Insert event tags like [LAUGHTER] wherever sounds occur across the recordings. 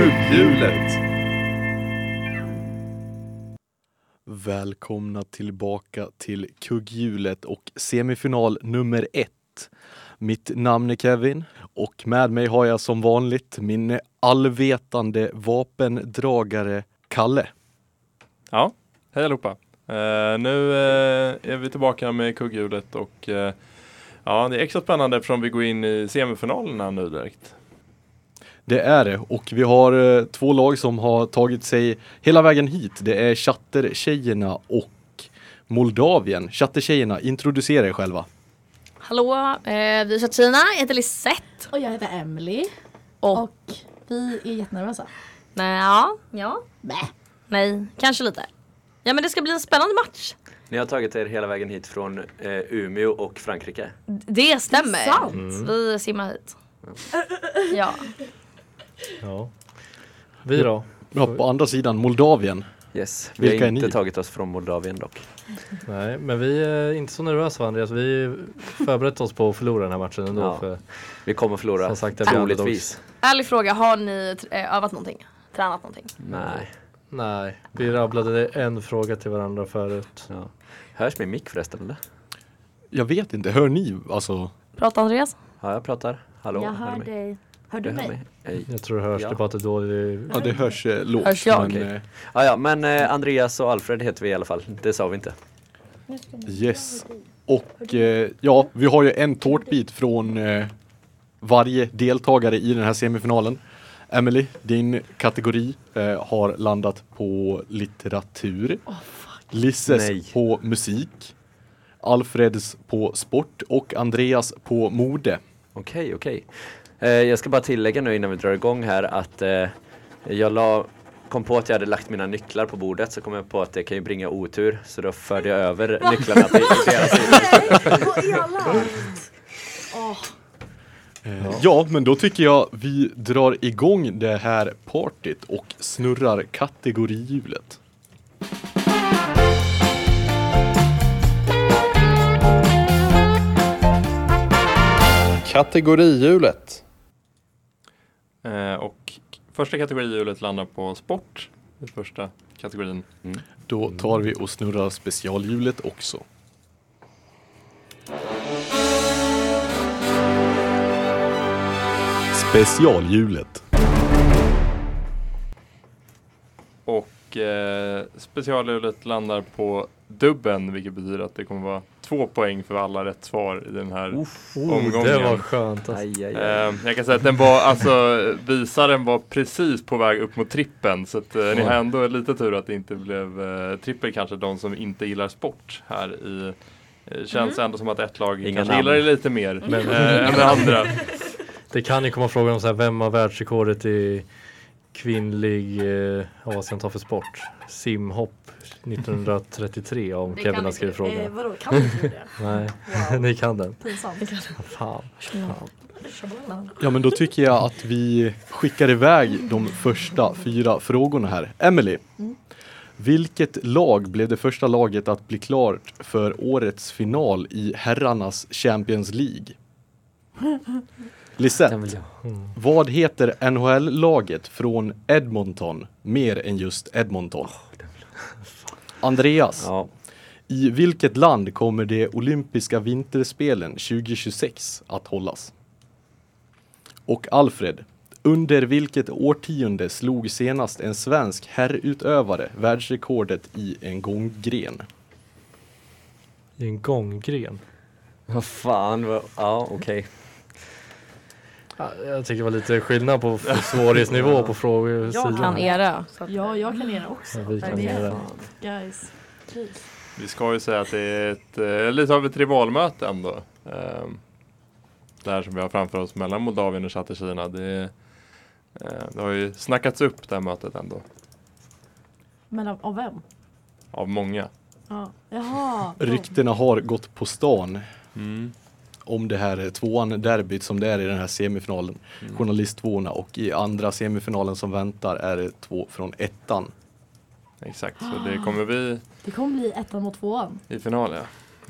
hjulet. Välkomna tillbaka till kugghjulet och semifinal nummer ett. Mitt namn är Kevin och med mig har jag som vanligt min allvetande vapendragare Kalle. Ja, hej allihopa. Eh, nu eh, är vi tillbaka med kugghjulet och eh, ja, det är extra spännande eftersom vi går in i semifinalerna nu direkt. Det är det och vi har eh, två lag som har tagit sig hela vägen hit. Det är Chattertjejerna och Moldavien. Chattertjejerna, introducera er själva. Hallå, eh, vi kör Tina, jag heter Lisette. Och jag heter Emily Och, och vi är jättenervösa. nej, ja, ja, Bä. nej, kanske lite. Ja men det ska bli en spännande match. Ni har tagit er hela vägen hit från eh, Umeå och Frankrike. D- Det stämmer. Sant. Vi simmar hit. Ja, Vi då? Ja, på andra sidan Moldavien. Yes, vi Vilka har är ni? inte tagit oss från Moldavien dock. Nej, men vi är inte så nervösa va, Andreas. Vi förberett oss på att förlora den här matchen ändå. Ja. För Vi kommer förlora, Som sagt, det blir troligtvis. ärlig fråga, har ni tr- eh, övat någonting? Tränat någonting? Nej. nej, vi rabblade en fråga till varandra förut. Ja. Hörs min mick förresten eller? Jag vet inte, hör ni alltså? Prata Andreas? Ja, jag pratar. Hallå, Jag hör hör ni mig? dig. Hör du Du hör mig? mig? Hej. Jag tror det hörs, Ja. det är bara att det är dålig... Ja, det hörs eh, lågt. Hörs jag? men, Okej. eh, Ja, ja, men eh, Andreas och Alfred heter vi i alla fall. Det sa vi inte. eh, Yes. Och eh, ja, vi har ju en tårtbit från eh, varje deltagare i den här semifinalen. Emily, din kategori eh, har landat på litteratur. Lisses Nej. på musik. Alfreds på sport och Andreas på mode. Okej, okej. Eh, jag ska bara tillägga nu innan vi drar igång här att eh, jag la, kom på att jag hade lagt mina nycklar på bordet så kom jag på att det kan ju bringa otur så då förde jag [LAUGHS] över nycklarna till deras sida. Vad elakt! Eh, ja, men då tycker jag vi drar igång det här partyt och snurrar kategorihjulet. Kategorihjulet. Eh, och k- första kategorihjulet landar på sport, den första kategorin. Då tar vi och snurrar specialhjulet också. Specialhjulet. Och eh, specialhjulet landar på dubben vilket betyder att det kommer vara två poäng för alla rätt svar i den här omgången. Det var skönt alltså. Aj, aj, aj. Eh, jag kan säga att den var, alltså visaren var precis på väg upp mot trippen så att eh, ni har ändå lite tur att det inte blev eh, trippel kanske, de som inte gillar sport här i eh, Känns ändå som att ett lag Inga kanske namn. gillar det lite mer Men- eh, än det andra. Det kan ju komma frågan om så här, vem har världsrekordet i kvinnlig, eh, ja, vad ska jag ta för sport? Simhopp 1933 om Det Kevin kan har inte skrivit Eh, frågan. vadå, kan du inte det? Nej, Wow, [LAUGHS] ni kan den. pinsamt. Fan. Ja, men då tycker jag att vi skickar iväg de första fyra frågorna här. Emily, vilket lag blev det första laget att bli klart för årets final i herrarnas Champions League? Lisette, Vad heter NHL-laget från Edmonton mer än just Edmonton? Andreas, Ja. i vilket land kommer de olympiska vinterspelen 2026 att hållas? Och Alfred, under vilket årtionde slog senast en svensk herrutövare världsrekordet i en gånggren? I en gånggren. Vad fan, vad, ja okej. Ja, Jag tycker det var lite skillnad på f- svårighetsnivå på frågor. Jag kan sidorna. Kan era? Ja, jag kan era också. Ja, vi kan Men det är era. fan, Guys. Jeez. Vi ska ju säga att det är ett, eh, lite av ett rivalmöte ändå. Eh, det här som vi har framför oss mellan Moldavien och Chatterkina. Det, är, eh, det har ju snackats upp det här mötet ändå. Men av, av vem? Av många. Ja. Jaha. de. Ryktena har gått på stan om det här tvåan-derbyt som det är i den här semifinalen. Journalisttvåorna och i andra semifinalen som väntar är det två från ettan. Exakt, så det kommer vi Det kommer bli ettan mot tvåan. i final ja.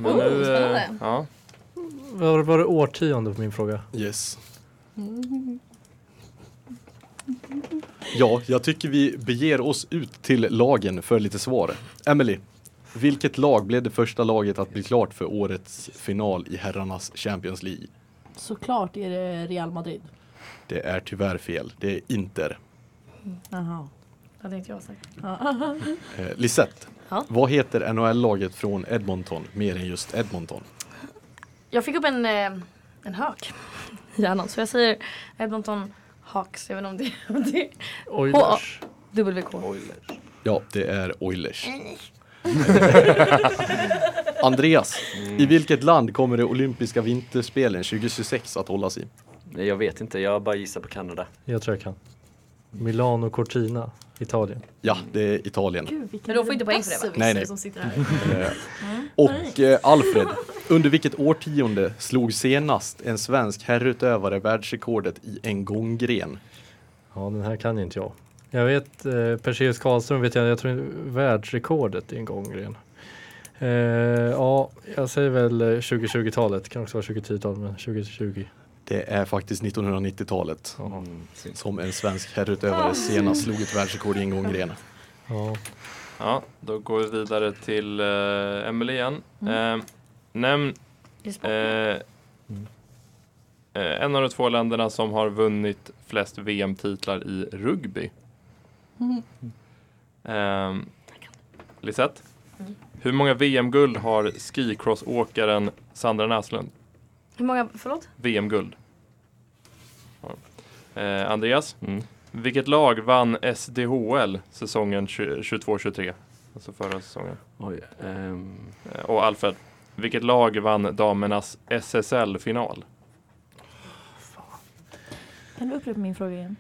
Oh, eh, spännande. ja. Var, var det årtionde på min fråga? Yes. [LAUGHS] Ja, jag tycker vi beger oss ut till lagen för lite svar. Emily, vilket lag blev det första laget att bli klart för årets final i herrarnas Champions League? Såklart är det Real Madrid. Det är tyvärr fel. Det är Inter. Jaha. Hade inte jag sagt. Eh, Lisette, Ja. vad heter NHL-laget från Edmonton mer än just Edmonton? Jag fick upp en, eh, en hök [LAUGHS] i hjärnan. Så jag säger Edmonton Hawks. Jag vet inte om det, om det Oilers. är WK. Ja, det är Oilers. Andreas, i vilket land kommer de olympiska vinterspelen 2026 att hållas i? Nej, Jag vet inte, jag bara gissar på Kanada. Jag tror jag kan. Milano Cortina, Italien. Ja, det är Italien. Gud vilken Men då får inte poäng för det, va? besserwisser. Nej, nej. Som sitter här. Och eh, Alfred, under vilket årtionde slog senast en svensk herrutövare världsrekordet i en gånggren? Ja, den här kan ju inte jag. Jag vet eh, Perseus Karlström, vet jag, jag tror inte- världsrekordet i en gångren. Eh, ja, jag säger väl eh, 2020-talet, kan också vara 2010-talet, men 2020. Det är faktiskt 1990-talet Ja. som en svensk herrutövare senast slog ett världsrekord i en gånggren. Ja. Ja, då går vi vidare till uh, Emelie igen. Mm. Eh, nämn Det är sport. eh, eh, en av de två länderna som har vunnit flest VM-titlar i rugby. Mm. Eh, Lisette, Mm. hur många VM-guld har skicrossåkaren Sandra Näslund? Hur många, förlåt? VM-guld. Ja. Eh, Andreas, Mm. vilket lag vann SDHL säsongen 20- 22-23? Alltså förra säsongen. Oj, ehm, Eh, Och Alfred, vilket lag vann damernas SSL-final? Kan du upprepa min fråga igen?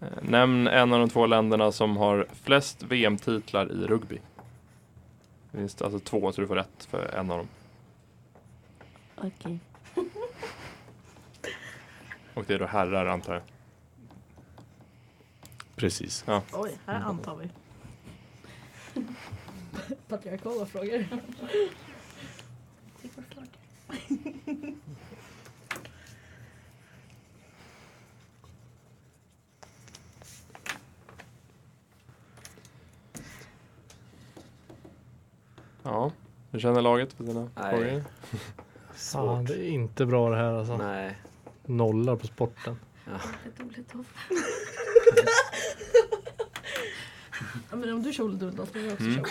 Eh, Nämn en av de två länderna som har flest VM-titlar i rugby. Det finns alltså två, så du får rätt för en av dem. Okej. Och det är då herrar, antar jag. Precis. Oj, här antar vi. Patriarkala frågor. Ja, hur känner laget för sina Nej. frågor? Fan, svårt. det är inte bra det här alltså. Nej. Nollar på sporten. Ja, men om du kör Olle ska jag också Mm. köra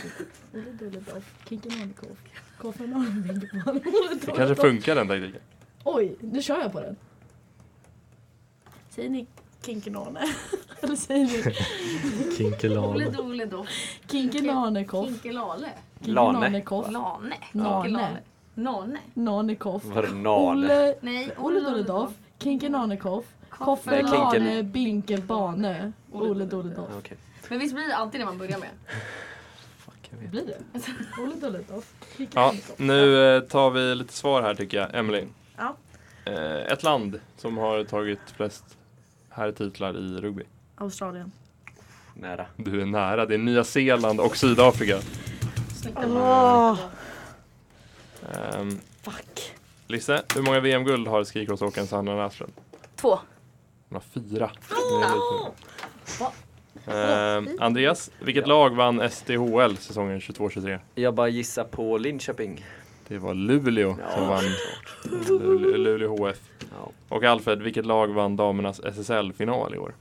Olle Dulledolf. Kinken Hanekoff. Kofan Hanekoff. [LAUGHS] Det kanske funkar den taktiken. Oj, nu kör jag på den. Säger ni Kinken Hane? [LAUGHS] Eller säger ni Kinkelane. Dole Doff. Kinken Hanekoff? Kinkelale. Kinken Lane. Hanekoff? Lane. Nane. Kinkelale. Nane. Nanekoff? Var det nal? Olle Nej, Olle Dulledolf? Kinken Hanekoff? Koffe Nej, Kinken- Lane Binke Bane? Olle Olle Dulledolf. Dulledolf? Ja, Okej. Men visst blir det alltid det man börjar med? Blir [LAUGHS] det? Olle Dulledolf? Kinken Ja, Hanekoff? nu eh, tar vi lite svar här tycker jag. Emily. Ja. Eh, Ett land som har tagit flest herrtitlar i rugby. Australien. Nära. Du är nära, det är Nya Zeeland och Sydafrika. Snyggt. Ehm, Fuck. Lisse, hur många VM-guld har skicrossåkaren Sandra Näslund? Två. Hon har fyra. Det är lite. Ehm, Andreas, vilket lag vann SDHL säsongen 22-23? Jag bara gissar på Linköping. Det var Luleå Ja, som vann. Luleå, Luleå HF. Ja. Och Alfred, vilket lag vann damernas SSL-final i år?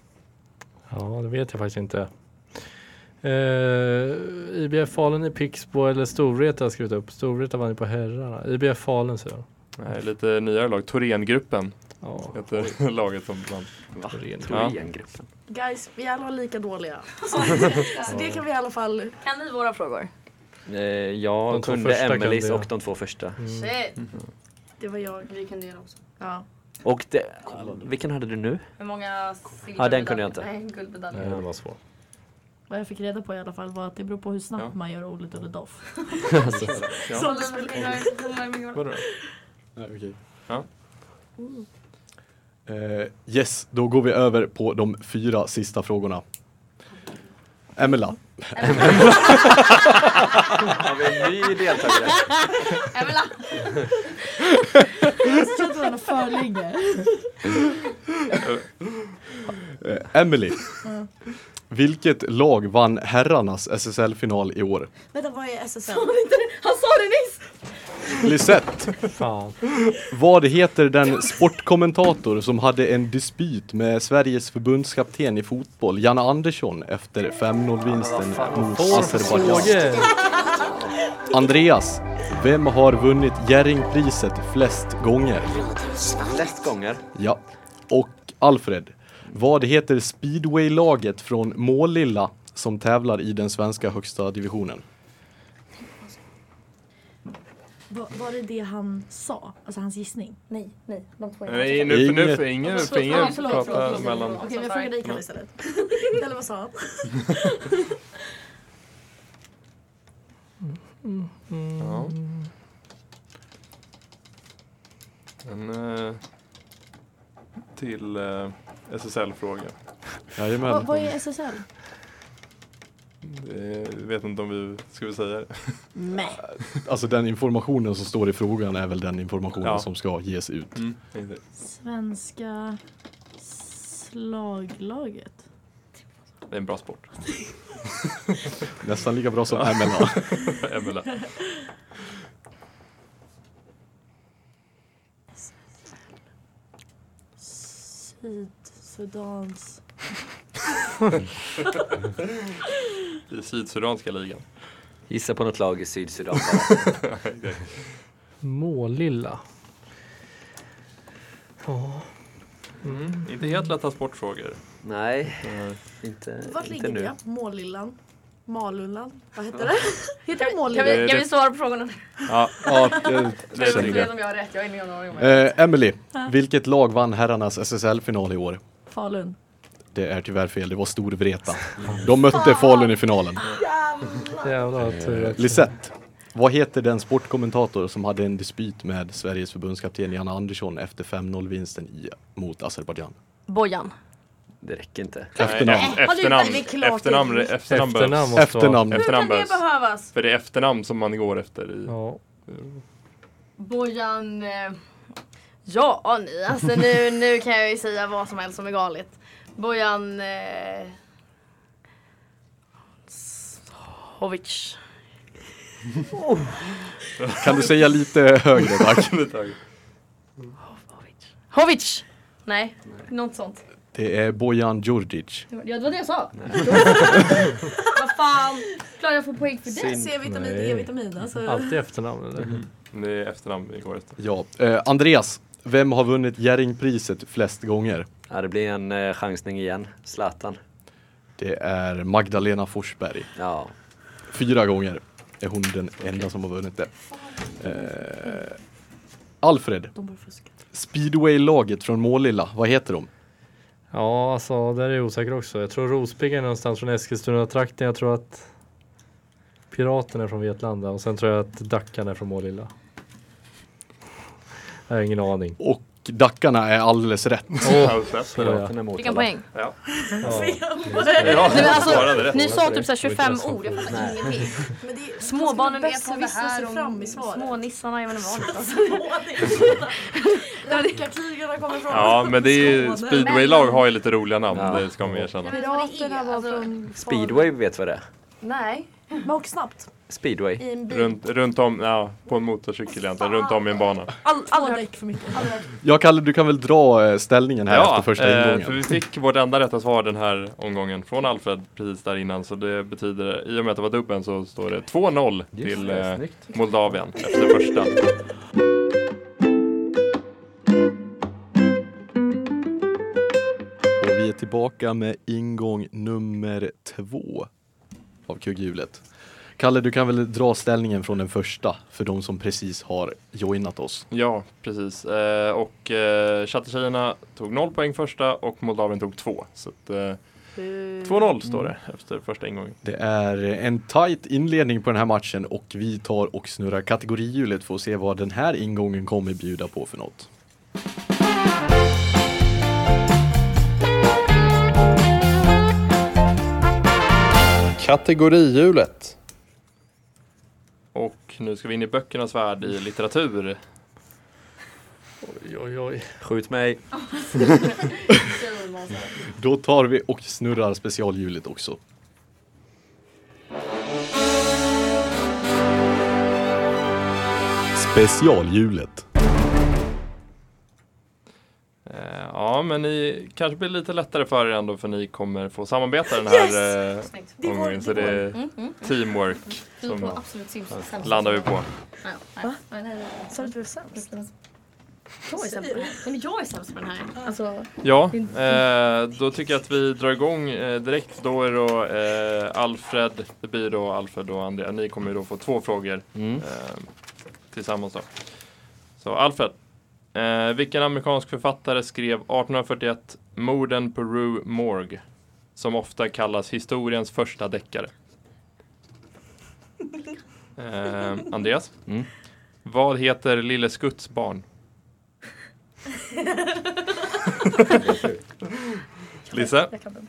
Ja, det vet jag faktiskt inte. Eh, IBF Falun i Pixbo eller Storvreta har jag skrivit upp. Storvreta vann ju på herrarna. IBF Falun säger jag. Nej, lite nyare lag. Thorengruppen Ja. heter laget som vann. Va? Ja. Thorengruppen. Guys, vi alla var lika [LAUGHS] dåliga. Så det kan vi i alla fall... Kan ni våra frågor? Eh, jag De två kunde första Emelies kunde jag. och de två första. Mm. Shit. Det var jag. Vi kunde göra också. Ja. Och det, vilken hade du nu? Hur många silvermedaljer? Ja, den kunde jag inte. Nej, Nej, guldmedaljer. den var svår. Vad jag fick reda på i alla fall var att det beror på hur snabbt Ja. man gör Olle Dulledolf. Ja. Sålde väl in- Vadå? Ja. Eh, yes, då går vi över på de fyra sista frågorna. Emela, Har vi en ny deltagare? [LAUGHS] Emelie, [LAUGHS] Jag tror att det var för länge. eh, Emily, Vilket lag vann herrarnas SSL-final i år? Vänta, vad är SSL? Han sa det nyss! Lisette, Fan. vad heter den sportkommentator som hade en dispyt med Sveriges förbundskapten i fotboll, Janne Andersson, efter 5-0-vinsten mot Azerbajdzjan? Frågor. Andreas, vem har vunnit Jerringpriset flest gånger? Flest gånger. Ja. Och Alfred, vad heter speedwaylaget från Målilla som tävlar i den svenska högsta divisionen? Va, var det det han sa? Alltså hans gissning? Nej, nej. De två är Nej, nu, nu, Inget. får ingen, får Ah, ingen förlåt, prata förlåt. mellan... Okej, men jag frågar dig Kalle istället. [LAUGHS] Eller vad sa han? Ja. En eh, till eh, SSL-fråga. Vad- Jajamän. vad är SSL? Det- Jag vet inte om vi ska vi säga det. Nej. Alltså den informationen som står i frågan är väl den informationen Ja. som ska ges ut. Inte. Svenska slaglaget. Det är en bra sport. Nästan lika bra som MLA. Emela. Sydsudans. I Sydsudanska ligan. Gissa på något lag i Sydsudan Målilla. Inte helt lätta sportfrågor. Nej, inte, Vart inte ligger nu. det? Målillan? Malullan? Vad heter det? [LAUGHS] Heter det Kan Målillan? vi, kan vi svara på frågorna? Ja, ja, det- det Jag är vet inte det. om jag har rätt, jag har ingen aning om det. eh, Emily, vilket lag vann herrarnas SSL-final i år? Falun. Det är tyvärr fel, det var Storvreta. De mötte Falun i finalen. Jävlar vad tur. att- Lisette, vad heter den sportkommentator som hade en dispyt med Sveriges förbundskapten Janne Andersson efter 5-0-vinsten i, mot Azerbajdzjan? Bojan. Det räcker inte. Efternamn. Nej, Efternamn. det är klart det. Efternamn. Efternamn Efternamn behövs. måste vara. Efternamn. Kan Efternamn det behövs. behövas? För det är efternamn som man går efter i... [LAUGHS] Ja. Bojan... eh, Ja, nej. [LAUGHS] Alltså nu, nu kan jag ju säga vad som helst som är galet. Bojan... Eh, Hovic. Kan du säga lite högre [LAUGHS] tack? Lite högre. Hovic. Hovic! Nej, något sånt. Det är Bojan Djurdjic. Det var, ja, det var det jag sa. [LAUGHS] Vad fan. Klara jag får poäng för det. C-vitamin, Nej. D-vitamin. [LAUGHS] Alltså. Alltid efternamn eller? Det är efternamn vi går efter. Ja, eh, Andreas, vem har vunnit Jerringpriset flest gånger? Ja, det blir en eh, chansning igen. Zlatan. Det är Magdalena Forsberg. Ja. Fyra gånger är hon den enda som har vunnit det. Eh, Alfred, De borde fuska. speedway-laget från Målilla, vad heter de? Ja, alltså där är jag osäker också. Jag tror Rospigg är någonstans från Eskilstuna-trakten. Jag tror att Piraterna är från Vetlanda och sen tror jag att Dackarna är från Målilla. Jag har ingen aning. Och Dackarna är alldeles rätt. Oh, Så ja. Vilken poäng? Ja. Nej, men svarade alltså, rätt. ni sa typ såhär Det var 25 inte så ord, jag fattar Nej. ingenting. Men det är [LAUGHS] Småbarnen vet vad det här här sig fram i svaret. [LAUGHS] smånissarna, jag vet inte vad. Rackartygarna kommer från Ja, men det är ju, Skåne. speedwaylag har ju lite roliga namn, Ja. det ska man erkänna. Piraterna var Alltså, [LAUGHS] från Speedway vet vad det är. Nej. Men åk snabbt. Speedway. I en bil. Runt, runt om, ja, på en motorcykel egentligen, runt om i en bana. All, Två aldrig. däck för mycket. Ja, Kalle, du kan väl dra eh, ställningen här efter första eh, för ingången. vi fick vårt enda rätta svar den här omgången från Alfred precis där innan, så det betyder, i och med att det var dubbeln så står det 2-0 till eh, Moldavien efter första. Och vi är tillbaka med ingång nummer två av kugghjulet. Kalle, du kan väl dra ställningen från den första för de som precis har joinat oss. Ja, precis. Eh, och eh, Chattertjejerna tog 0 poäng första och Moldavien tog 2. Så att, eh, 2-0 står det efter första ingången. Det är en tight inledning på den här matchen och vi tar och snurrar kategorihjulet för att se vad den här ingången kommer bjuda på för något. Kategorihjulet. Och nu ska vi in i böckernas värld i litteratur. Oj, oj, oj. Skjut mig. Då tar vi och snurrar specialhjulet också. Specialhjulet. Eh, Ja, men ni kanske blir lite lättare för er ändå för ni kommer få samarbeta den här eh, Snyggt. Det är vår- Mm, omgången. Så det är teamwork som absolut sämsta. landar vi på. Nej, nej, nej, nej, nej. Sa du att du var sämst? Jag är sämst på den här. Nej, men jag är sämst på den här. Alltså, Ja, eh, då tycker jag att vi drar igång eh, direkt. Då är då eh, Alfred, det blir då Alfred och Andrea. Ni kommer ju då få två frågor eh, tillsammans då. Så Alfred, eh, vilken amerikansk författare skrev 1841 Morden på Rue Morgue? Som ofta kallas historiens första deckare. Eh, Andreas, Mm. vad heter Lille Skutts barn? Lisa? jag kan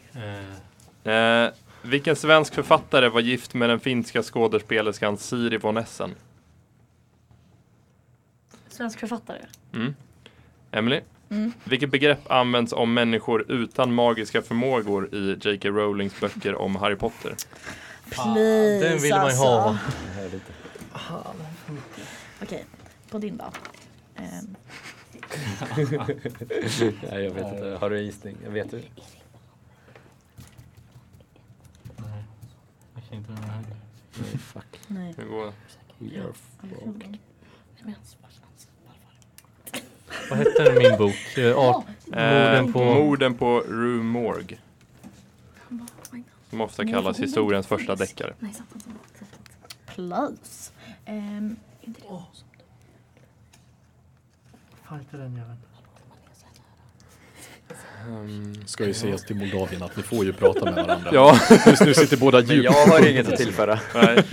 den. Eh, vilken svensk författare var gift med den finska skådespelerskan Siri von Essen? Svensk författare. Mm. Emily, Mm. vilket begrepp används om människor utan magiska förmågor i J.K. Rowlings böcker om Harry Potter? Please, den vill man ju ha. alltså. Okej, på din då. Ehm, Nej, jag vet inte. Har du en gissning? Jag vet du? nej. Nu går Vad hette den i min bok? Eh, art- Eh, Morden på- morden på Rue Morgue, som ofta kallas historiens första deckare. Nej, sant, sant, sant, sant. Please. Ehm, inte det. Fighta den jäveln. Ska ju sägas till Moldavien att ni får ju prata med varandra. Ja, Just nu sitter båda Men djupt, jag har inget att [LAUGHS] tillföra nej.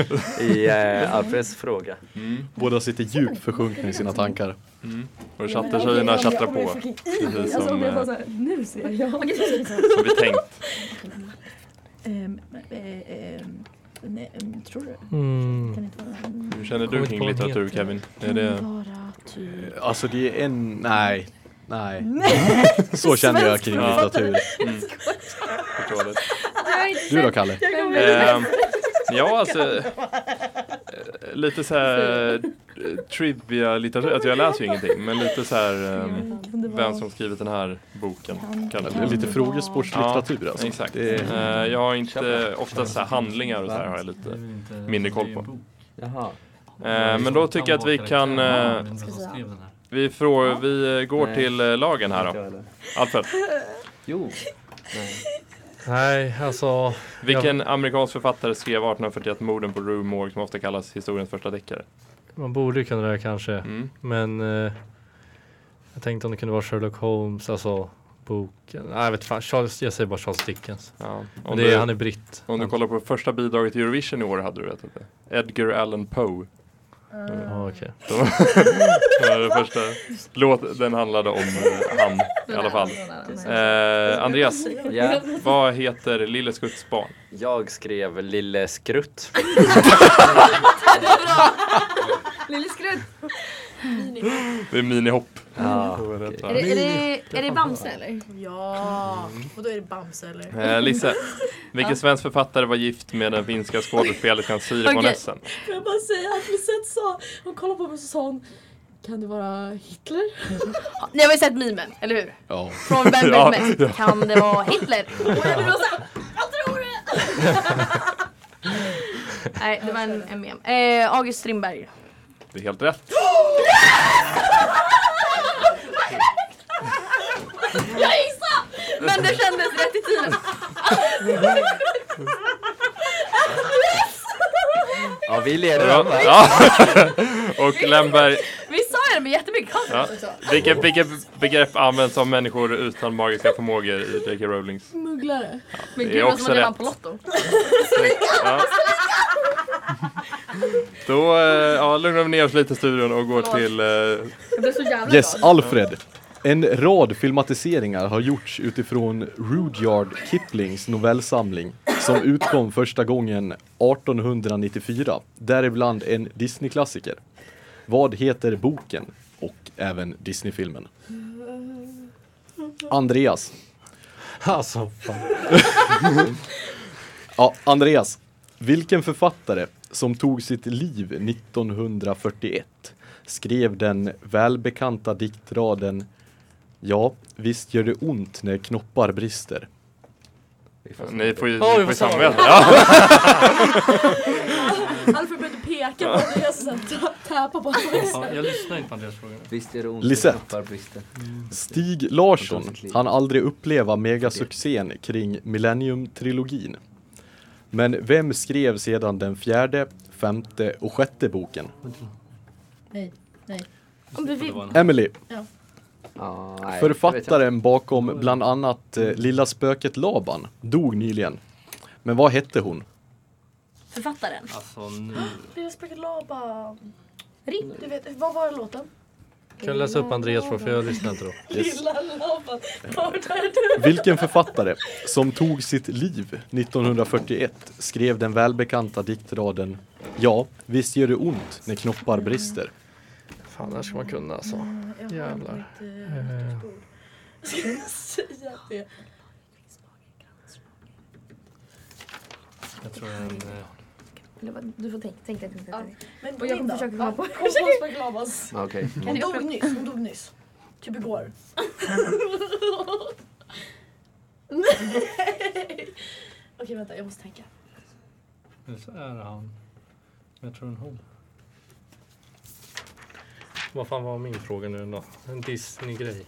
i eh, Alfreds fråga. båda sitter djupt försjunkna i sina tankar. Och Ja, men chattertjejerna okej, om jag- tjattrar om jag på, är fucking i mig, precis Alltså om som, jag bara eh, såhär, nu ser jag. som vi tänkt. Ehm, eh, ehm, nej, ehm, tror du? Mm. Kan det inte vara... Hur känner du Kommer inte på kring vad den litteratur, heter. Kevin? Är Kan det... vara typ... Alltså det är en, nej, nej. Så känner jag kring Svensk litteratur. Mm. Förstår det. Du då Kalle? Ehm, ja, alltså eh, lite så här eh, trivia litteratur. Alltså jag läser ju ingenting, men lite så här ehm, Kan det vem vara... som skrivit den här boken. Kan- Det är lite frågesportslitteratur Ja, alltså. exakt. Det är, Eh, jag har inte, oftast så här handlingar och så här har jag lite mindre koll på. Jaha. Eh, men då tycker jag att vi kan, eh, vi, frå, vi eh, går Nej. till eh, lagen här då. Alfred, Jo. Nej, alltså. vilken amerikansk författare skrev 1841 morden på Rue Morgue som ofta kallas historiens första deckare? Man borde ju kunna det här kanske. Mm. Men eh, jag tänkte om det kunde vara Sherlock Holmes, alltså boken. Nej, jag vet fan. Charles, jag säger bara Charles Dickens. Ja. Men Om det, är- du- han är britt. Om du kollar på första bidraget till Eurovision i år hade du vetat det. Edgar Allan Poe. Ja, okej. Det var det första. Låt, den handlade om eh, han i alla fall. Eh, Andreas, Ja. vad heter Lille Skutts barn? Jag skrev Lille Skrutt. Lille skrutt. Det är minihopp. Ja. Är det, är, det, är det Bamse eller? Ja! Och då är det Bamse eller? Eh, Lisse, vilken svensk författare var gift med den finska skådespelerskan Siri von Okej. Essen? Får jag bara säga att Lisette sa, hon kollade på mig och så sa hon Kan det vara Hitler? Ni har ju sett mimen, eller hur? ja. Från Vem vet [LAUGHS] Ja, mest? Kan det [LAUGHS] vara Hitler? Och jag blev såhär, jag tror det! [LAUGHS] Nej, det var en, en mem. Eh, August Strindberg. Det är helt rätt. Jag gissade! Men det kändes rätt i tiden. [LAUGHS] ja, vi leder Ja. [LAUGHS] den va? Ja. Och Lemberg, Vi sa ju det med jättemycket Ja. konst också. vilket, vilket begrepp används av människor utan magiska förmågor i J.K. Rowlings? Mugglare? Men Det är gud vad också som att jag vann rätt. på Lotto. Ja. Då eh, ja, lugnar vi ner oss lite i studion och går till... eh, Jag blev så jävla Yes, glad. Alfred. En rad filmatiseringar har gjorts utifrån Rudyard Kiplings novellsamling som utkom första gången 1894, däribland en Disney-klassiker. Vad heter boken? och även Disney-filmen. Andreas. Alltså, fan. Ja, Andreas. Vilken författare som tog sitt liv 1941 skrev den välbekanta diktraden Ja, visst gör det ont när knoppar brister. Ni får ju, Oj, ni får ju vad sa samvete. Ja. Alfred började peka på Andreas och sen täpa på Andreas. Ja, jag lyssnar inte på Andreas frågor. Visst är det ont Lisette. tappar bristen. Mm. Stig Larsson han aldrig uppleva megasuccén kring Millennium-trilogin. Men vem skrev sedan den fjärde, femte och sjätte boken? Nej, nej. Om du vill. Emily, Ja, nej, författaren bakom bland annat eh, Lilla spöket Laban, dog nyligen. Men vad hette hon? Författaren. Alltså, nu. Lilla spöket Laban. Du vet, vad var låten? Kan jag läsa upp Andreas frågor för jag lyssnar inte då. Lilla Laban. Vart är du? Vilken författare som tog sitt liv 1941 skrev den välbekanta diktraden Ja, visst gör det ont när knoppar brister. Fan, det här ska man kunna alltså. Jävlar. Ska jag säga det? Jag tror en... eh, Du får tänka, tänka, tänka. tänka. Men Och jag din då? försöker Ja, komma på- Kom på Lilla spöket Laban. Okej. Mm. Hon dog nyss, hon dog nyss. Typ igår. Nej! Okej vänta, jag måste tänka. Eller så är det han. Men jag tror en hon. Vad fan var min fråga nu då? En Disney-grej.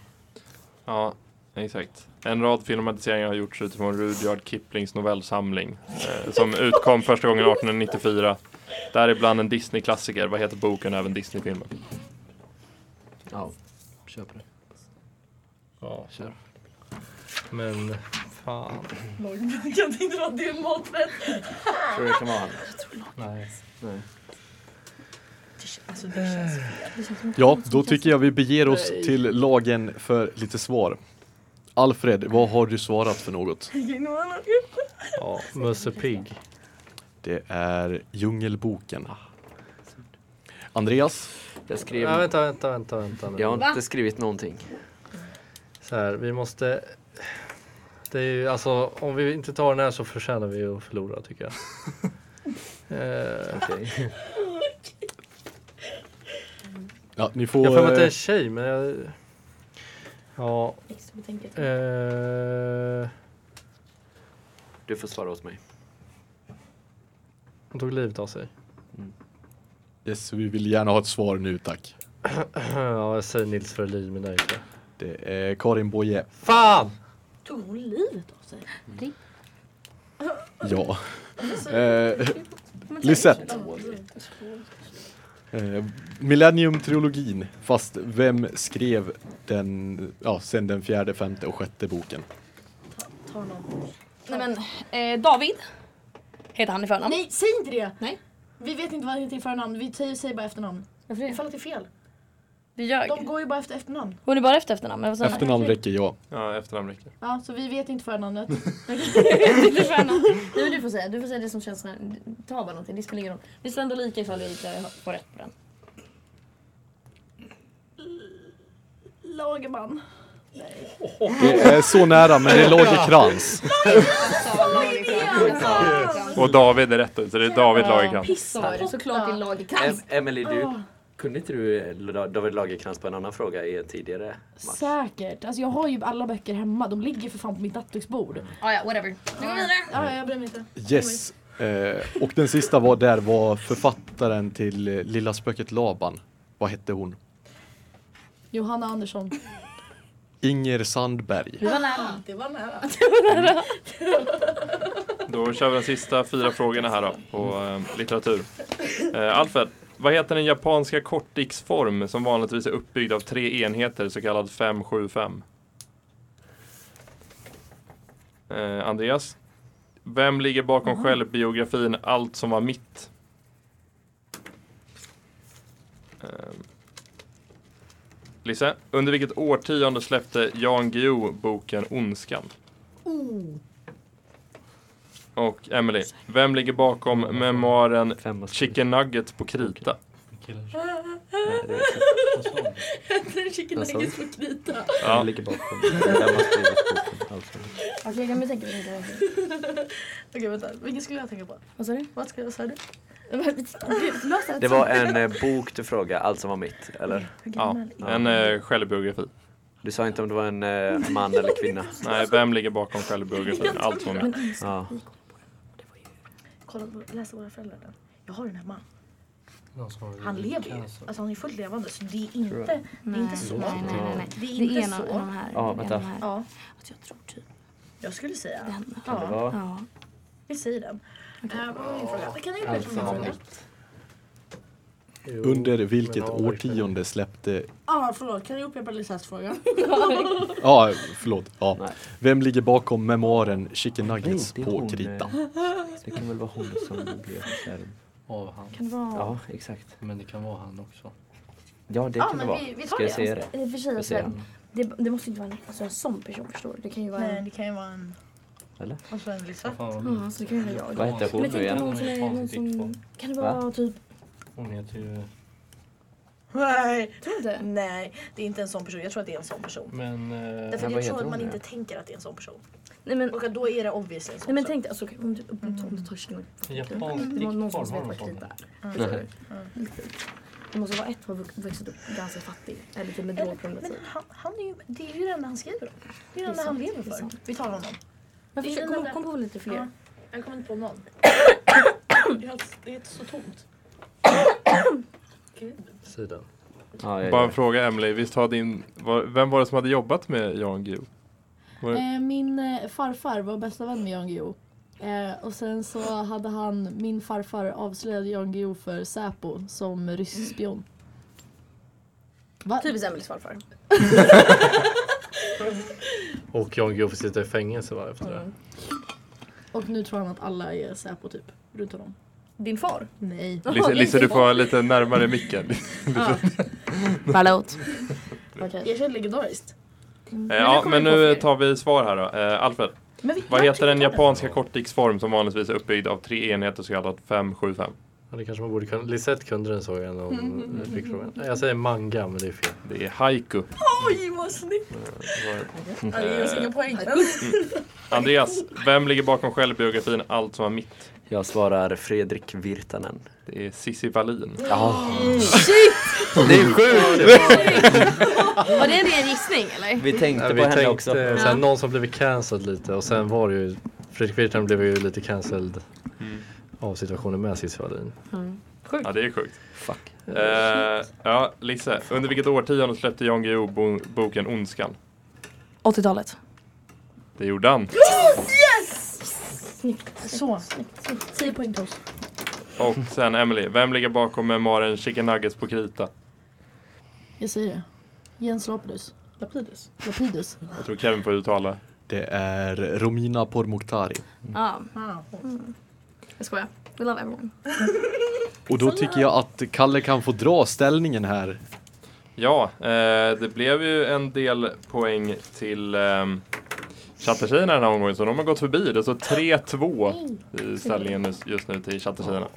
ja, exakt. En rad filmatiseringar har gjorts utifrån Rudyard Kiplings novellsamling eh, som utkom första gången 1894. Däribland en Disney-klassiker. Vad heter boken och även Disney-filmen? Ja, kör på det. Ja, kör. Men fan. [LAUGHS] Jag kan inte dra det maträtt. Tror du det kan vara han? Nej. Nej. Alltså det känns... Ja, då tycker jag vi beger oss till lagen för lite svar. Alfred, vad har du svarat för något? Ja, Musse Pigg. Det är Djungelboken. Andreas, Jag skrev... Nej, vänta, vänta, vänta, vänta nu. Jag har inte skrivit någonting. Så här, vi måste... Det är ju, alltså, om vi inte tar den här så förtjänar vi att förlora tycker jag. Eh, Okej. ja, ni jag har för mig att får... det är eh, en tjej, men jag... Ja, liksom eh, Du får svara åt mig. hon tog livet av sig. [CLEARS THROAT] eh, Yes, vi vill gärna ha ett svar nu tack. Ja, jag säger Nils Frölin, men det är inte. Det är Karin Boye. Fan! Tog hon livet av sig? Ja. Eh, Lisette. Eh, Millennium-trilogin, fast vem skrev den, ja, sen den fjärde, femte och sjätte boken? Ta någon. Nej men, eh, David. Heter han i förnamn. Nej, säg inte det! Nej. Vi vet inte vad det är för namn, vi säger- säger bara efternamn. Varför det? Ifall att det är fel. Du ljög. De går ju bara efter efternamn. Hon är bara efter efternamn. men vad sa du? Efternamn räcker ja. Ja, efternamn räcker. Ja, så vi vet inte förnamnet. Det [LAUGHS] är förnamn. Nej men du får säga, du får säga det som känns när... Ta bara någonting, det spelar ingen roll. Vi står ändå lika ifall jag gick där och får rätt på den. Lagerman. Det är så nära men det är Lagerkrans. Och David är rätt ut, så det är David Lagercrantz. Piss var det, såklart det är Em Lagerkrans. Emily, du, kunde inte du eh, La- David Lagercrantz på en annan fråga i en tidigare match? Säkert. Alltså jag har ju alla böcker hemma. De ligger för fan på mitt nattduksbord. Mm. Ah, ja, whatever. Nu går vi vidare. Ja, jag bryr mig inte. Yes. Eh, och den sista var där var författaren till eh, Lilla spöket Laban. Vad hette hon? Johanna Andersson. Inger Sandberg. Vi var nära. Det var nära. Då kör vi de sista fyra frågorna här då, på eh, litteratur. Eh, Alfred, vad heter den japanska kortdiksform som vanligtvis är uppbyggd av tre enheter, så kallad 575? Eh, Andreas, vem ligger bakom självbiografin Allt som var mitt? Eh, Lise, under vilket årtionde släppte Jan Guillou boken Ondskan? Och Emily, vem ligger bakom memoaren Fem och Chicken Nuggets på krita? Nej, det vet jag. Vad sa hon? Äter chicken nuggets på krita. Ja. ligger bakom. Den måste ligga bakom. Alltså. Okej, kan vi tänka vidare? [LAUGHS] Okej, vänta. Vilken skulle jag tänka på? Vad sa du? Vad ska- vad sa du? Lös Det var en eh, bok du frågade, allt som var mitt, eller? Ja. En eh, självbiografi. Du sa inte om det var en eh, man eller kvinna. Nej, vem ligger bakom självbiografin? Allt som är mitt. Ja. Kolla, på- läs våra föräldrar den. Jag har den hemma. Någon som har- Mm, Han lever ju. Alltså han är fullt levande så det är inte, det är inte så. Nej, nej, nej. nej. Det är Det inte är en av så. en av de här. Ja, en av vänta. de här. Ja, Alltså, jag tror typ jag skulle säga. den. Det Ja, var Ja. vi säger den. Eh, vad var min fråga? Kan jag allt som var göra mitt. Jo, Under men vilket ja, verkligen. årtionde släppte... Ja, ah, förlåt. Kan du upprepa Lisas fråga? Ja, förlåt. Ja. Nej. Vem ligger bakom memoaren Chicken Nuggets Nej, det är på hon, eh. krita? Det kan väl vara hon som blev kär. Av han. Kan det vara... Ja, exakt. Men det kan vara han också. Ja, det Ja, kan det men vara. vi- vi tar Ska jag det. säga det? I och för sig, Jag alltså, säger det, det måste inte vara en, alltså, en sån person förstår du. Det kan ju vara en... det kan ju vara en... Eller? Och så en Lisa. Fan, vad Ja, så det kan ju vara jag. Vad heter hon Men tänk nu dig igen? någon som är någon som... Kan det vara typ... Hon heter ju... Nej, Tror du inte? nej. Det är inte en sån person. Jag tror att det är en sån person. Men... Eh, Därför Men att vad jag tror heter att man hon nu? inte tänker att det är en sån person. Nej men, Och att då är det obviously en sån nej, men person. tänk dig, alltså, okej, om du, om du, om du tar chicken Japansk Det var någon som drickform vet har vart de krita är. Förstår du? Det måste vara ett som har vux- vuxit upp ganska fattig. Eller typ med drogproblematik. Men han, han är ju, det är ju det enda han skriver om. Det är det Det enda är han sant, lever det är för. sant. Vi tar honom. Men det är försök, den kom, där- kom på lite fler. Ja. Jag kommer inte på [COUGHS] någon. det är så tomt. Sidan. Ja, ja, Bara ja. en fråga Emily. visst har din... Var, vem var det som hade jobbat med Jan Guillou? Var- Eh, min eh, farfar var bästa vän med Jan Guillou. Eh, och sen så hade han, min farfar avslöjade Jan Guillou för Säpo som rysk spion. Va? Typiskt Emelies farfar. Och Jan Guillou får sitta i fängelse va, efter det. Mm. Och nu tror han att alla är Säpo typ, runt honom. Din far? Nej. Lisa, Lisa, du får vara lite närmare micken. Eh, [LAUGHS] Förlåt. Jag känner legendariskt. Eh, nu ja, kommer men vi på nu fler. tar vi svar här då. Eh, Alfred, Men vi, vad heter den japanska kortdiksform som vanligtvis är uppbyggd av tre enheter så kallat 575? Ja, det kanske man borde kunna. Lisette kunde den såg jag när hon eh, fick frågan. Jag säger manga men det är fel. Det är haiku. Oj vad snyggt! Mm. Ja, det ger oss inga poäng. Andreas, vem ligger bakom självbiografin Allt som var mitt? Jag svarar Fredrik Virtanen. Det är Cissi Wallin. Mm. Det är sjukt! Var det en ren gissning eller? Vi tänkte Nej, på vi henne tänkte också. eh, såhär, någon som blivit cancelled lite och sen var det ju Fredrik Virtanen blev ju lite cancelled Mm. av situationen med Cissi Wallin. Ja, det är sjukt. Fuck. ja, Lisse, under vilket årtionde släppte Jan Guillou bo- boken Ondskan? 80-talet. Det gjorde han. Så, tio poäng till oss. Och sen Emily, vem ligger bakom memoaren Chicken Nuggets på krita? Jag säger det. Jens Lapidus. Lapidus. Lapidus. Jag tror Kevin får uttala. Det är Romina Pourmokhtari. Ja, Ah, jag skojar. We love everyone. Och då tycker jag att Kalle kan få dra ställningen här. Ja, eh, det blev ju en del poäng till eh, Chattertjejerna den här omgången, så de har gått förbi. Det står 3-2 i ställningen just- just nu till Chattertjejerna.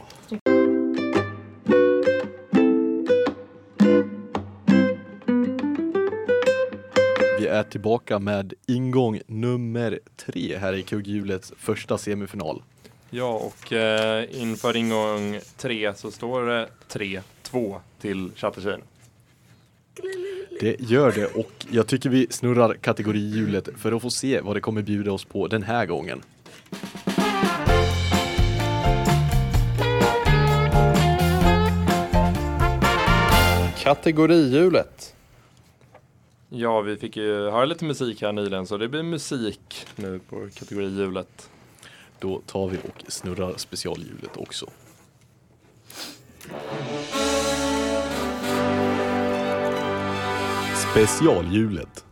Vi är tillbaka med ingång nummer tre här i kugghjulets första semifinal. Ja, och eh, inför ingång 3 så står det 3-2 till Chattertjejerna. Det gör det och jag tycker vi snurrar kategorihjulet för att få se vad det kommer bjuda oss på den här gången. Kategorihjulet. Ja, vi fick ju höra lite musik här nyligen, så det blir musik nu på kategorihjulet. Då tar vi och snurrar specialhjulet också. Specialhjulet.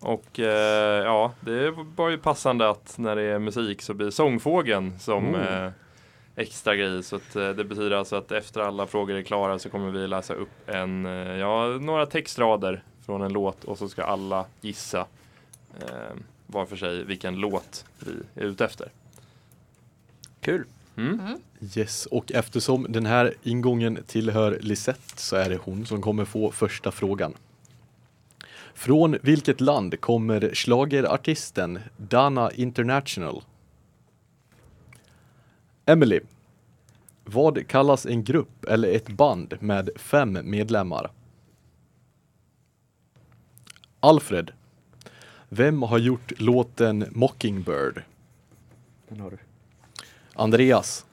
Och eh, ja, det var ju passande att när det är musik så blir sångfågeln som eh, extra grej. Så att, eh, det betyder alltså att efter alla frågor är klara så kommer vi läsa upp en, eh, ja, några textrader från en låt och så ska alla gissa eh, var för sig vilken låt vi är ute efter. Kul. Yes, och eftersom den här ingången tillhör Lisette så är det hon som kommer få första frågan. Från vilket land kommer schlagerartisten Dana International? Emily, vad kallas en grupp eller ett band med fem medlemmar? Alfred, vem har gjort låten Mockingbird? Den har du. Andreas.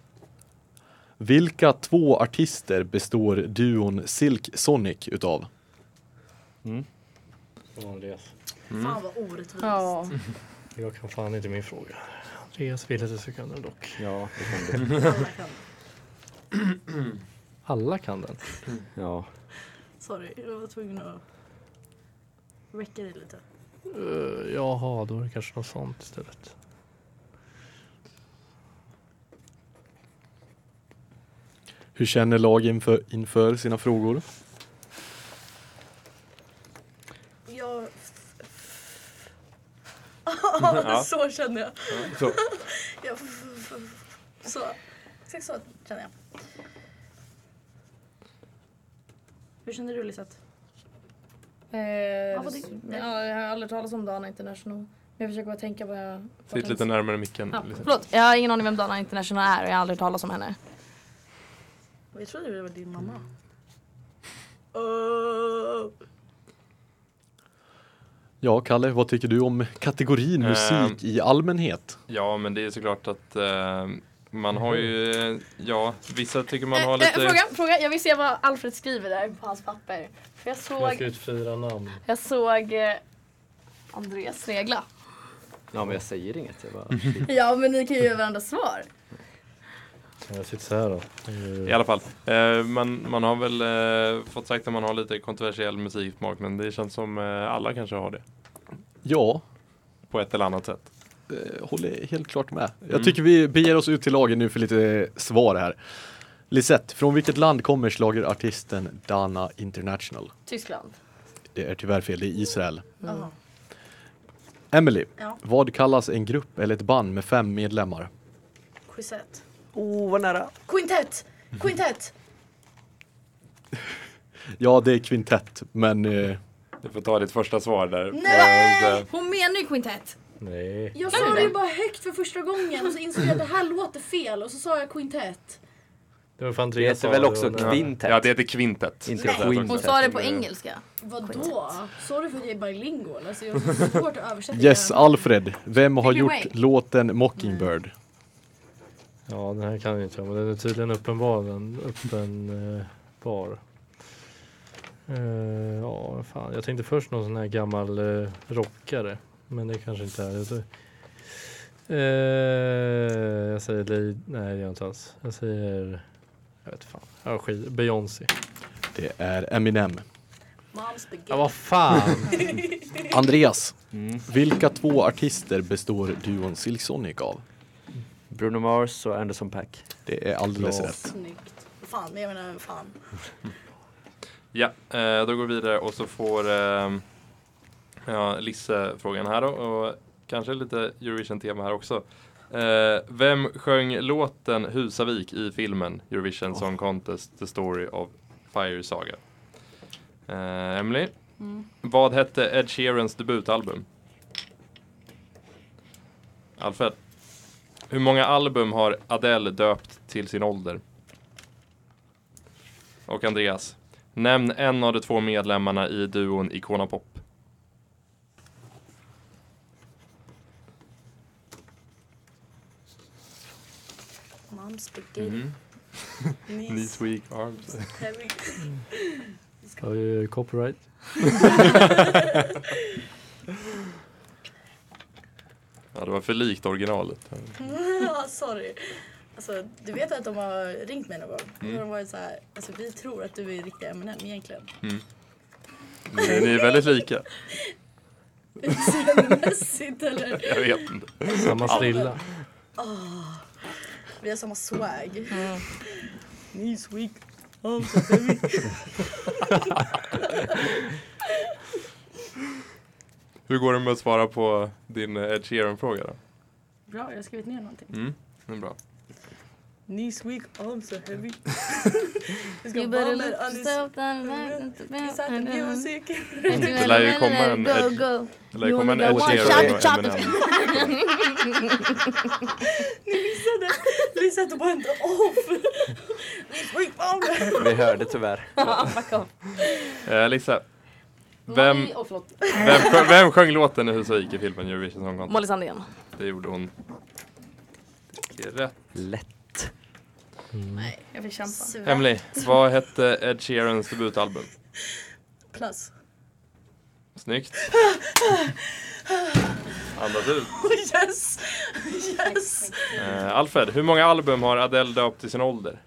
Vilka två artister består duon Silk Sonic utav? Från Andreas. Fan vad orättvist. Ja. Jag kan fan inte min fråga. Andreas ville att jag skulle kunna den dock. Ja, det [LAUGHS] kan du. Alla kan den. Ja. Sorry, jag var tvungen att väcka dig lite. Uh, jaha, då är det kanske något sånt istället. Hur känner lag inför, inför sina frågor? Jag... [LAUGHS] ja. Så känner jag. Så. jag... Så. Exakt så känner jag. Hur känner du Lisette? vad det- Eh, ja, jag har aldrig talat om Dana International. Men jag försöker bara tänka vad jag... Sitt lite närmare micken. Ja, Lite. förlåt, jag har ingen aning vem Dana International är och jag har aldrig talat om henne. Jag trodde det var din mamma. Ja, Kalle, vad tycker du om kategorin musik i allmänhet? Ja, men det är såklart att eh, man har ju, eh, ja, vissa tycker man har Eh, eh, lite... fråga, fråga, jag vill se vad Alfred skriver där på hans papper. För jag Jag ska såg, ut fyra namn. jag såg eh, Andreas regla. ja, men jag säger inget. Jag bara... [LAUGHS] Ja men ni kan ju ge varandra svar. Jag sitter så här då. I alla fall, eh, man, man har väl eh, fått sagt att man har lite kontroversiell musiksmak men det känns som eh, alla kanske har det Ja, på ett eller annat sätt. eh, håller helt klart med. Jag tycker vi beger oss ut till lagen nu för lite eh, svar här. Lisette, från vilket land kommer schlagerartisten Dana International? Tyskland. Mm. Det är tyvärr fel, det är Israel. Mm. Emily, Ja. vad kallas en grupp eller ett band med fem medlemmar? Quizette. Oh, vad nära. Quintett! Quintett! Ja, det är kvintett, men eh, Du får ta ditt första svar där. Nej! Eh, Hon menar ju kvintett. Nej. Jag sa det ju bara högt för första gången och så insåg jag att det här låter fel och så sa jag quintett. Det var fan Det Andreas heter väl sa också det och- kvintett? Ja, det heter kvintet. Inte Ska jag säga quintet. Hon också. sa det på engelska. Vadå? Sa du för att jag är bilingual? Alltså jag har så svårt att översätta. yes, Alfred, vem har Take it gjort away. Mm. låten Mockingbird? Ja, den här kan jag inte jag, men den är tydligen uppenbar. Den uppenbar. Eh, ja, fan. Jag tänkte först någon sån här gammal eh, rockare, men det kanske inte är. Jag, tror- Eh, jag säger Lady, nej det gör jag inte alls. Jag säger, jag vet fan, ja, skit, Beyoncé. Det är Eminem. Mom's spaghetti. Ja, vad fan! [LAUGHS] Andreas, vilka två artister består duon Silk Sonic av? Bruno Mars och Anderson Pack. Det är alldeles Ja. rätt. Snyggt. Fan, men jag menar fan. Ja, eh, då går vi vidare och så får eh, ja, Lisse frågan här då. Och kanske lite Eurovision-tema här också. Eh, vem sjöng låten Husavik i filmen Eurovision Song Contest The Story of Fire Saga? Eh, Emily, vad hette Ed Sheerans debutalbum? Alfred, hur många album har Adele döpt till sin ålder? Och Andreas, Nämn en av de två medlemmarna i duon Icona Pop. Mom's spaghetti. Mm. Knees Nice. weak arms. Heavy. Har vi copyright? Ja, det var för likt originalet. [LAUGHS] Ja, sorry. Alltså, du vet att de har ringt mig någon gång. Mm. De har varit så här, alltså, vi tror att du är riktiga Eminem egentligen. Ni, ni är väldigt lika. Utseendemässigt eller? Jag vet inte. Samma frilla. Vi har samma swag. Knees weak. Hur går det med att svara på din eh, Ed Sheeran-fråga då? Bra, jag har skrivit ner någonting. Mm, det är bra. Knees weak, arms are heavy. Jag ska You bara better med look Alice. yourself down Is that the music? [LAUGHS] Det lär ju komma en Mm. Go, Ed- go. det lär ju You komma en only Ed got one Sheeran shot och to Eminem. Ni missade! Lisa tog bara inte [LAUGHS] off! Knees weak, arms! Vi hörde tyvärr. Back off. Eh, Lisa. Vem, Molly- åh, förlåt. vem, sjö- vem sjöng låten i Husavik i filmen Eurovision Song Contest? Molly Sandén. Det gjorde hon. Det är Rätt. Lätt. Nej, jag fick kämpa. Emily, vad hette Ed Sheerans debutalbum? [LAUGHS] Plus. Snyggt. Andas ut. Oh, Yes! Yes! Eh, Alfred, hur många album har Adele döpt till sin ålder?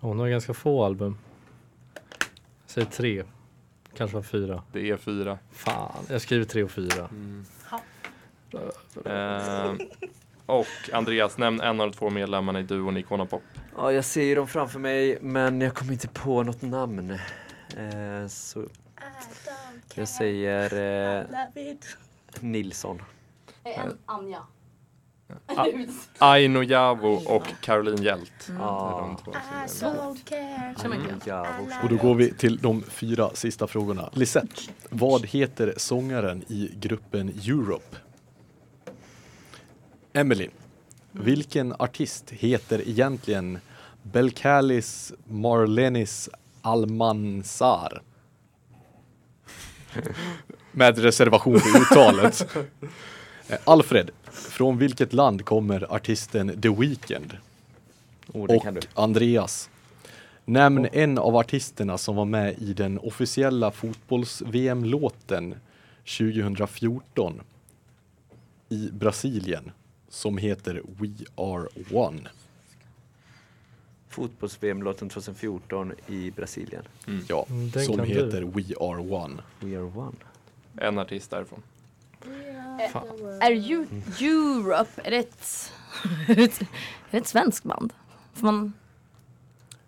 Hon har ganska få album. Säg tre. Kanske var fyra. Det är fyra. Fan, jag skriver tre och fyra. Eh, och Andreas, nämn en av de två medlemmarna i duon Icona Pop. Ja, jag ser ju dem framför mig men jag kommer inte på något namn. Eh, Äh, så jag säger eh, Love it. Nilsson. En Eh, Anja. A- Aino Javo och Caroline Hjält. Mm. Det är de två som är med. Så mycket. Och då går vi till de fyra sista frågorna. Lisette, vad heter sångaren i gruppen Europe? Emily, vilken artist heter egentligen Belcalis Marlenis Almanzar? Med reservation för uttalet. Eh, Alfred, från vilket land kommer artisten The Weeknd? Oh, det och kan du. Oh. Andreas. Nämn en av artisterna som var med i den officiella fotbolls-VM-låten 2014 i Brasilien som heter We Are One. Fotbolls-VM-låten 2014 i Brasilien. Ja, Mm, den som kan du. heter We Are One. We are one. En artist därifrån. Är Eu- Europe, är det [LAUGHS] ett, är det ett, är det ett svenskt band? Får man,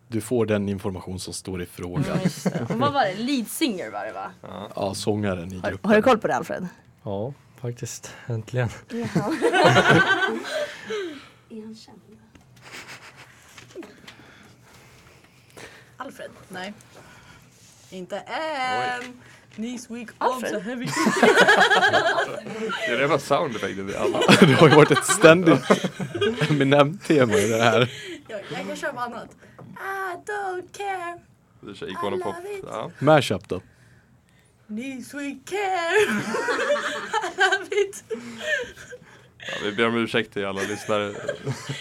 Du får den information som står i frågan. Mm. vad var det? Lead singer var det va? Ja, sångaren i gruppen. Har du koll på det Alfred? Ja, faktiskt. Äntligen. Alfred? Nej. Inte än! Knees weak, arms Alfred? are [LAUGHS] heavy. Det där var sound effecten i alla. [LAUGHS] Det har ju varit ett ständigt Eminem-tema i det här. jag, jag kan köra på annat. I don't care. Du kör Icona Pop. Ja. Mashup då? Knees weak care. [LAUGHS] I love it. Ja, vi ber om ursäkt till alla lyssnare.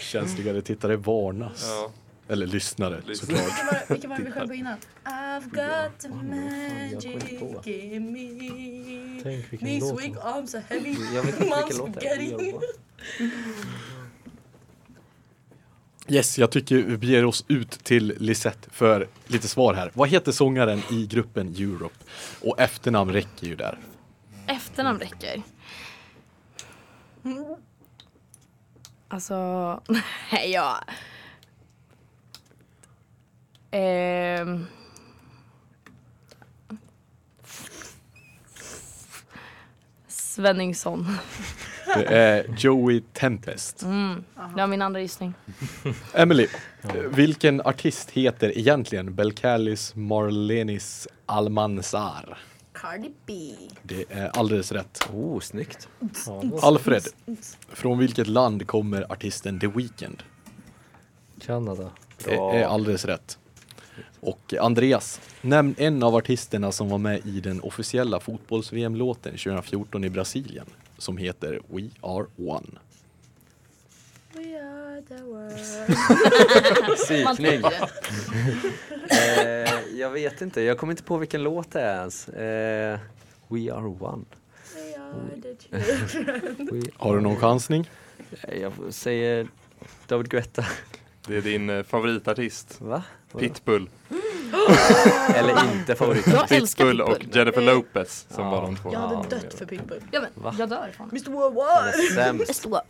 Känsligare tittare varnas. Ja. Eller lyssnare Lyssnare. såklart. Vilken var- Vilken var det vi sjöng på innan? I've got the magic in me. Tänk vilken Knees låt. weak, arms are heavy. Jag vet inte vilken låt Mom's det är. spaghetti. Yes, jag tycker vi beger oss ut till Lisette för lite svar här. Vad heter sångaren i gruppen Europe? Och efternamn räcker ju där. Efternamn räcker. Alltså, [LAUGHS] nej ja. Ehm. Svenningsson. Det är Joey Tempest. Mm. Det var min andra gissning. Emily, vilken artist heter egentligen Belcalis Marlenis Almanzar? Cardi B. Det är alldeles rätt. Oh, snyggt. Ja, det var Alfred, från vilket land kommer artisten The Weeknd? Kanada. Det är alldeles rätt. Och Andreas, nämn en av artisterna som var med i den officiella fotbolls-VM-låten 2014 i Brasilien som heter We Are One. We are the world. Psykning. eh, jag vet inte, jag kommer inte på vilken låt det är ens. Eh, we are one. Oh. We are [LAUGHS] the children. We Eh, Har du någon chansning? Jag säger David Guetta. Det är din eh, favoritartist. Va? Pitbull. Eller inte favorit. Jag älskar Pitbull Pitbull. och Jennifer Lopez som Ja. var de två. Jag hade dött för Pitbull. Ja, men, Va? jag dör fan. Mr Worldwide. Sämst. Stå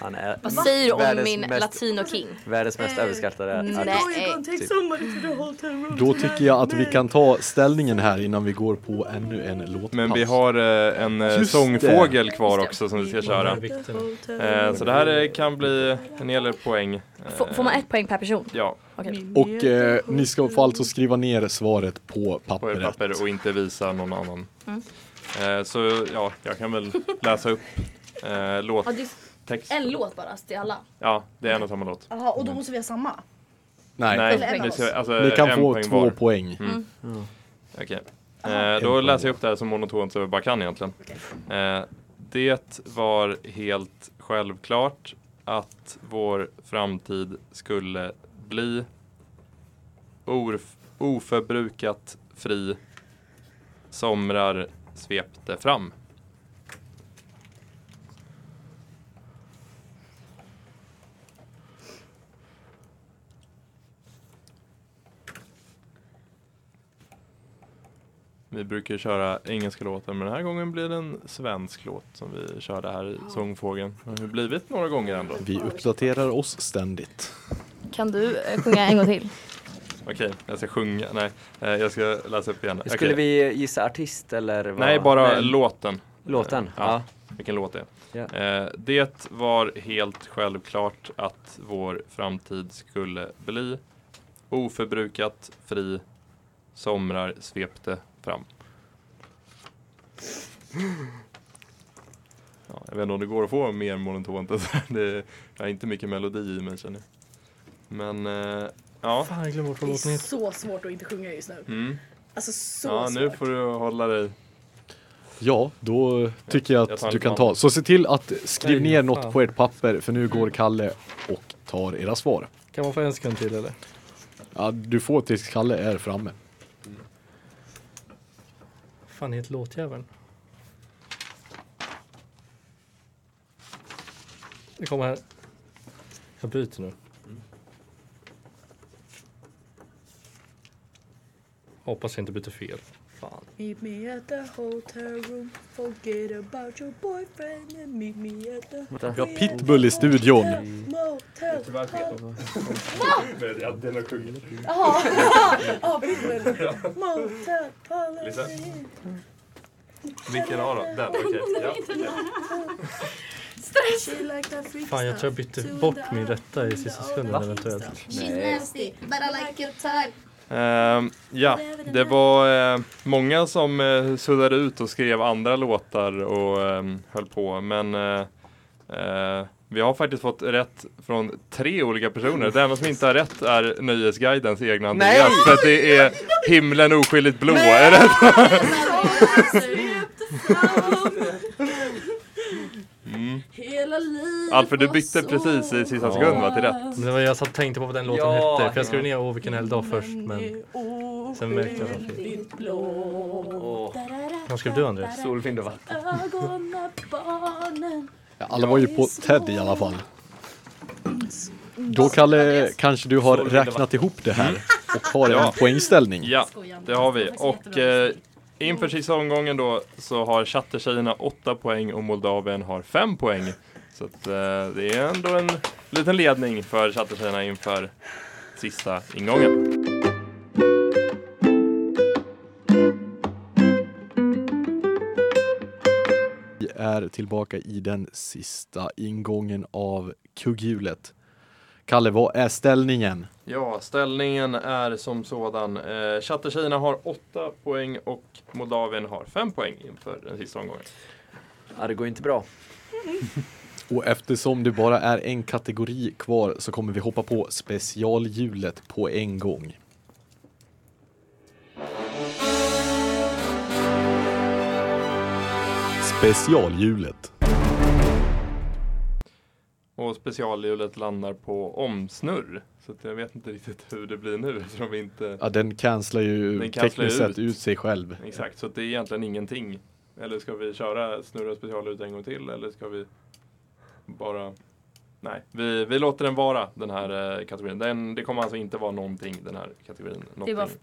Han är Vad säger du om världens min mest- latino-king? Världens mest Mm. Eh, överskattade nej. Typ. Då tycker jag att vi kan ta ställningen här innan vi går på ännu en låtpaus. Men vi har eh, en eh, Just sångfågel det. kvar också som vi ska köra. Eh, så det här eh, kan bli en hel del poäng. Eh, Får, får man ett poäng per person? Ja. Okej. Och eh, ni ska få alltså skriva ner svaret på på ett pappret. papper och inte visa någon annan. Mm. Eh, så ja, jag kan väl läsa upp eh, Ja, det är låttext. En låt bara till alla. Ja, det är en och samma låt. Jaha, och då måste vi ha samma. Nej. Eller en ni, av ska, oss. alltså, Ni kan en få poäng två var. poäng. Mm. Mm. Okej. Eh, då läser jag upp det här så monotont som jag bara kan egentligen. Eh, det var helt självklart att vår framtid skulle bli orf- oförbrukat fri. Somrar svepte fram. Vi brukar köra engelska låtar men den här gången blir det en svensk låt som vi körde här i Sångfågeln. Det har ju blivit några gånger ändå. Vi uppdaterar oss ständigt. Kan du eh, sjunga en gång [LAUGHS] till? Okej, jag ska sjunga. Nej, eh, jag ska läsa upp igen. Skulle Okej. vi gissa artist eller? Vad? Nej, bara Nej. låten. Låten, Eh, ja. Vilken låt det är. Ja. Eh, Det var helt självklart att vår framtid skulle bli oförbrukat fri. Somrar svepte fram. Ja, jag vet inte om det går att få mer monotont än så här. Det är, jag har inte mycket melodi i mig känner jag. Men eh, ja. Fan, jag glömde bort Det är så svårt att inte sjunga just nu. Mm. Alltså så ja, svårt. nu får du hålla dig. Ja, då tycker jag jag att tar en du kan plan. ta. Så se till att skriv Nej, ner fan. något på ert papper för nu går Kalle och tar era svar. Kan man få en sekund till eller? Ja, du får tills Kalle är framme. fan heter låtjäveln? Det kommer här. Jag byter nu. Hoppas jag inte byter fel. Fan. Meet me at the hotel room. Forget about your boyfriend and meet me at the Vi har Pitbull i studion. motel. Jag delar sjungit. Jaha, ja, Pitbull. Motel Lisa? policy. Vilken har då? Den? Okej. She like that freak Fan, jag tror jag bytte bort min rätta i sista sekunden eventuellt. nasty, but I like your type. Ehm, ja, det var eh, många som eh, suddade ut och skrev andra låtar och ehm, höll på. Men eh, eh, vi har faktiskt fått rätt från tre olika personer. Det enda som inte har rätt är Nöjesguidens egna Nej! Andreas. För att det är Himlen oskyldigt blå. Är [LAUGHS] det alltså, mm. Hela livet Alfred, du bytte precis i sista sekund va, till rätt? Men Det var jag som tänkte på vad den låten Ja, hette. För jag skrev ja. ner Åh vilken helgdag först. Men sen märkte jag att det var fel. Åh. Vad skrev du Andreas? Solvind och vatten. ögonen barnen Ja, alla var ju på Ted i alla fall. Då Kalle, kanske du har räknat ihop det här och har en Mm. Ja. poängställning. Ja, det har vi. Och eh, inför sista omgången då så har Chattertjejerna 8 poäng och Moldavien har 5 poäng. Så att, eh, det är ändå en liten ledning för Chattertjejerna inför sista ingången. Vi är tillbaka i den sista ingången av kugghjulet. Kalle, vad är ställningen? Ja, ställningen är som sådan. Eh, Chattertjejerna har 8 poäng och Moldavien har 5 poäng inför den sista omgången. Ja, det går inte bra. Och eftersom det bara är en kategori kvar så kommer vi hoppa på specialhjulet på en gång. Specialhjulet. Och specialhjulet landar på omsnurr. Så att jag vet inte riktigt hur det blir nu eftersom vi inte Ja, den cancelar ju Den cancelar tekniskt ju sett ut sig själv. Exakt, så att det är egentligen ingenting. Eller ska vi köra snurra special ut en gång till eller ska vi bara... Nej, vi, vi låter den vara den här eh, kategorin. Den, det kommer alltså inte vara någonting den här kategorin. Det är bara Någonting.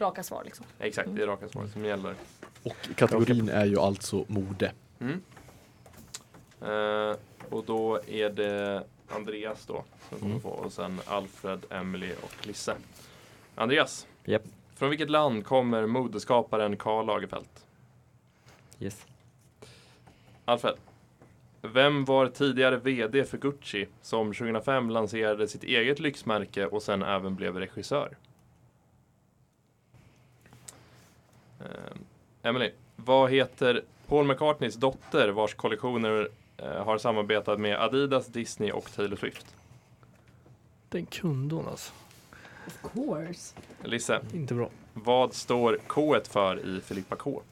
raka svar liksom. Exakt, det är raka svaret som gäller. Och kategorin är ju alltså mode. Mm. Eh, och då är det Andreas då som kommer Mm. få och sen Alfred, Emily och Lisse. Andreas, Japp. från vilket land kommer modeskaparen Karl Lagerfeld? Yes. Alfred, vem var tidigare VD för Gucci som 2005 lanserade sitt eget lyxmärke och sen även blev regissör? Eh, Emily, vad heter Paul McCartneys dotter vars kollektioner eh, har samarbetat med Adidas, Disney och Taylor Swift? Den kunde hon alltså. Of course. Lisse, Inte bra. vad står K för i Filippa K?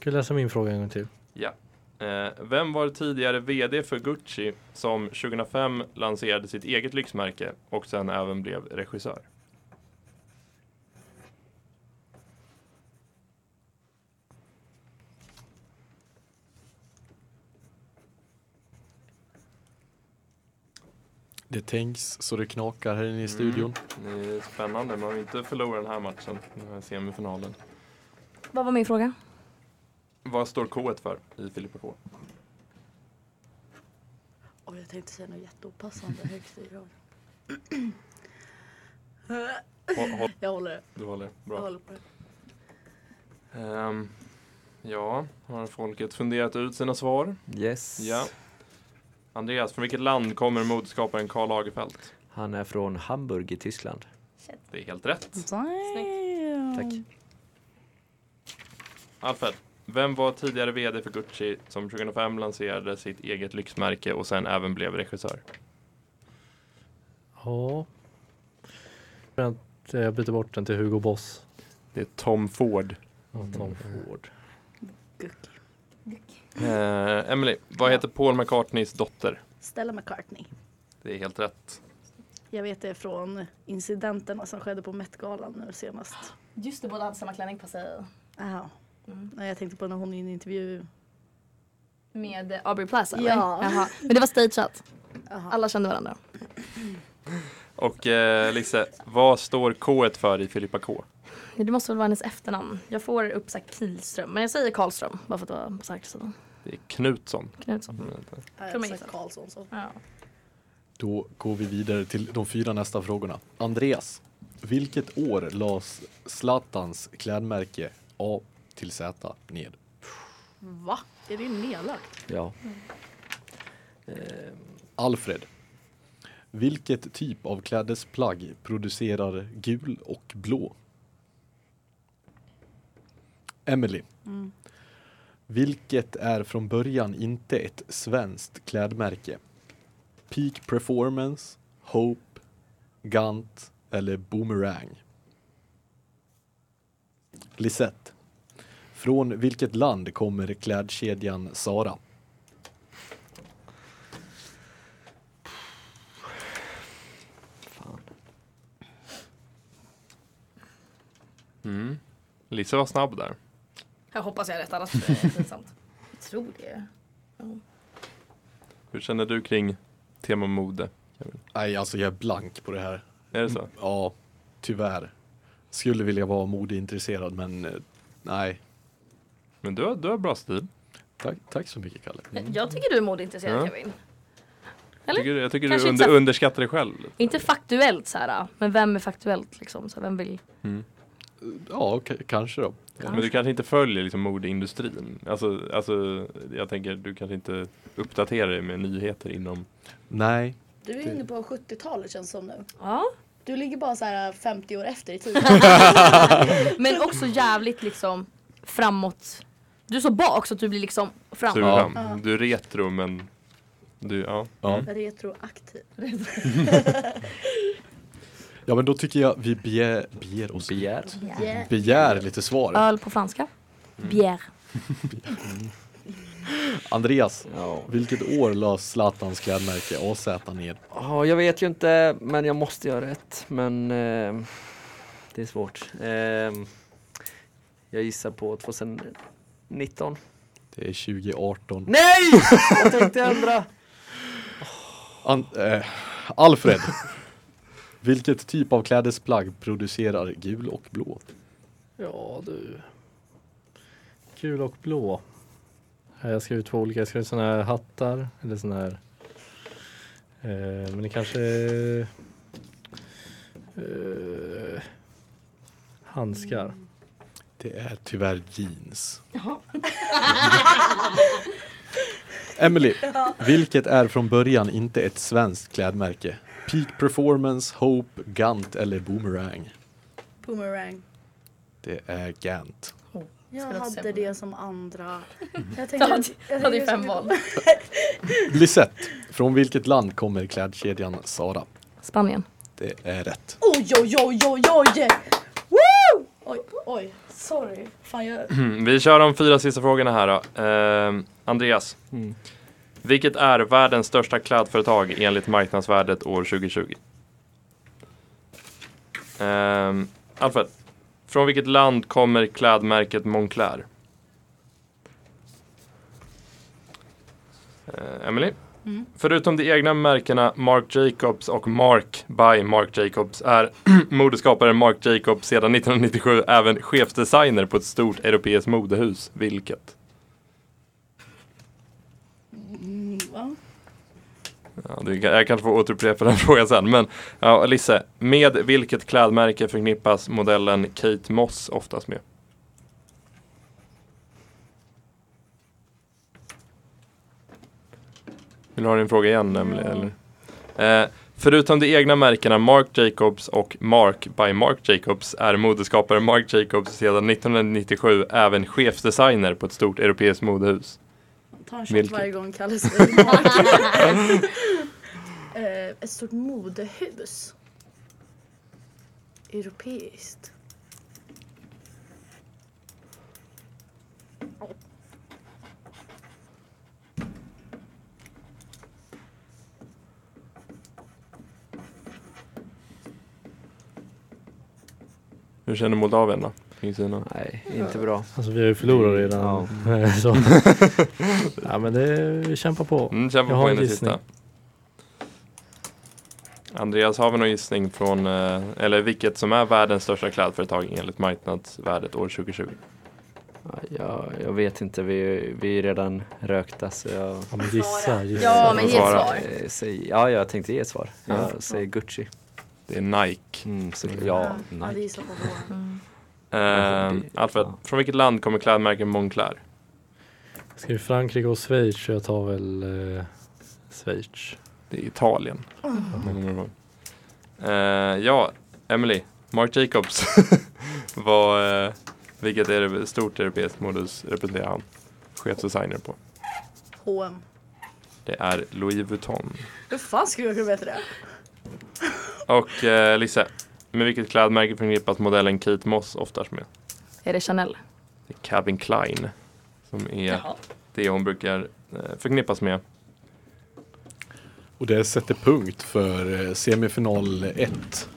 Ska jag läsa min fråga en gång till? Ja. Eh, vem var tidigare VD för Gucci som 2005 lanserade sitt eget lyxmärke och sen även blev regissör? Det tänks så det knakar här inne i studion. Mm. Det är spännande, man vill inte förlora den här matchen, den här semifinalen. Vad var min fråga? Vad står K för i Filippa K? Oj, jag tänkte säga något [LAUGHS] jätteopassande högt i radion. Håll- håll- Jag håller det. Du håller, Jag bra. håller på det. Ehm, ja, har folket funderat ut sina svar? Yes. Ja. Andreas, från vilket land kommer modeskaparen Karl Lagerfeld? Han är från Hamburg i Tyskland. Mm. Det är helt rätt. Tack. Alfred, vem var tidigare VD för Gucci som 2005 lanserade sitt eget lyxmärke och sen även blev regissör? Ja. Vänta, jag byter bort den till Hugo Boss. Det är Tom Ford. Ja, Tom Ford. Eh, Emily, vad heter Paul McCartneys dotter? Stella McCartney. Det är helt rätt. Jag vet det från incidenterna som skedde på Met-galan nu senast. Just det, båda hade samma klänning eh, mm. på sig. Jaha. Nej, jag tänkte på när hon i en intervju... Med eh, Aubrey Plaza eller? Ja. Jaha. Men det var stageat. Alla kände varandra. Och eh, Lisse, vad står K för i Filippa K? Det måste väl vara hennes efternamn. Jag får upp så här Kihlström. Men jag säger Karlström bara för att vara på säkra sidan. Det är Knutsson. Mm, Knutsson. Jag sa Karlsson så. Ja. Då går vi vidare till de fyra nästa frågorna. Andreas, vilket år lades Zlatans klädmärke A till Z ned? Va? Är det nedlagt? Ja. Alfred, vilket typ av klädesplagg producerar gul och blå? Emily, Mm. vilket är från början inte ett svenskt klädmärke? Peak Performance, Hope, Gant eller Boomerang? Lisette, från vilket land kommer klädkedjan Zara? Mm. Lisse var snabb där. Jag hoppas jag har rätt [LAUGHS] annars är det pinsamt. Jag tror det. Ja. Hur känner du kring tema mode? Nej, alltså jag är blank på det här. Är det så? Ja, tyvärr. Skulle vilja vara modeintresserad, men eh, nej. Men du har, du har bra stil. Tack, tack så mycket, Kalle. Jag tycker du är modeintresserad Ja. Kevin. Jag Eller? tycker, jag tycker Kanske du inte under, så- underskattar dig själv. Inte faktuellt så här, men vem är faktuellt liksom? Så här, vem vill? Ja, k- kanske då. Men du kanske inte följer liksom modeindustrin? Alltså, alltså, jag tänker du kanske inte uppdaterar dig med nyheter inom... Nej. Du är inne på 70-talet känns som nu. Ja. Du ligger bara så här 50 år efter i tiden. [LAUGHS] Men också jävligt liksom framåt. Du så bak så att du blir liksom Så framåt. du, Ja. ja. du är retro men... Du, ja. Mm. Retroaktiv. Ja, men då tycker jag vi begär, begär oss begär. Begär. begär lite svar. Öl på franska. Mm. Bière. Andreas, vilket år lades Zlatans klädmärke AZ ned? Ja, jag vet ju inte, men jag måste göra rätt. Men eh, det är svårt. Eh, jag gissar på 2019. Det är 2018. Nej! Jag tänkte ändra. An- eh, Alfred, vilket typ av klädesplagg producerar gul och blå? Ja du. gul och blå. Eh, Jag skrev två olika, jag skrev såna här hattar eller såna här. Eh, men det kanske är eh, handskar. Det är tyvärr jeans. Jaha. [LAUGHS] Emily, Ja. vilket är från början inte ett svenskt klädmärke? Peak Performance, Hope, Gant eller Boomerang? Boomerang. Det är Gant. Jag Ska du också hade se på det som [LAUGHS] andra. Jag Du hade- du hade ju fem val. Lisette, från vilket land kommer klädkedjan Sara? Spanien. Det är rätt. Oj, oj, oj, oj, oj! Woo! Oj, oj, sorry. Fan, jag... Vi kör de fyra sista frågorna här då. Ehm, Andreas. Vilket är världens största klädföretag enligt marknadsvärdet år 2020? Ehm, Alfred. Från vilket land kommer klädmärket Moncler? Uh, Emily. Mm. Förutom de egna märkena Marc Jacobs och Mark by Marc Jacobs är [CLEARS THROAT] modeskaparen Marc Jacobs sedan 1997 även chefsdesigner på ett stort europeiskt modehus. Vilket? Mm, va? Ja, det, jag kanske får återupprepa den [LAUGHS] frågan sen. Men ja, Lisse, med vilket klädmärke förknippas modellen Kate Moss oftast med? Vill du ha din fråga igen Emily, eller? Eh, förutom de egna märkena Marc Jacobs och Mark by Marc Jacobs är modeskaparen Marc Jacobs sedan 1997 även chefsdesigner på ett stort europeiskt modehus. Ta en shot Vilket? varje gång Kalle säger [LAUGHS] Mark. [LAUGHS] Eh, Ett stort modehus. Europeiskt. Hur känner Moldavien då? Kring sina? Nej, inte bra. Alltså vi har ju förlorat redan. [LAUGHS] Så. ja men det, vi kämpar på. Mm, kämpa Jag på har en in i gissning. sista. Andreas, har vi någon gissning från, eh, eller vilket som är världens största klädföretag enligt marknadsvärdet år 2020? Jag, jag vet inte, vi, vi är redan rökta så jag... Ja, men gissa, gissa. Ja, men ge ett svar. Eh, säg- Ja, jag tänkte ge ett svar. Jag Ja. säger Gucci. Det är Nike. Mm, så, ja, Jag hade nej. gissat på vår. Eh, Alfred, från vilket land kommer klädmärket Moncler? Jag skrev Frankrike och Schweiz så jag tar väl eh, Schweiz. Det är Italien. om jag kommer ihåg. Mm. Eh, ja, Emily, Marc Jacobs. [LAUGHS] Vad, eh, vilket är det stort europeiskt modus representerar han? Chefsdesigner på. H&M. Det är Louis Vuitton. Hur fan skulle jag kunna veta det? Och eh, Lisse, med vilket klädmärke förknippas modellen Kate Moss oftast med? Är det Chanel? Det är Calvin Klein, som är det hon brukar eh, förknippas med. Och det sätter punkt för eh, semifinal 1.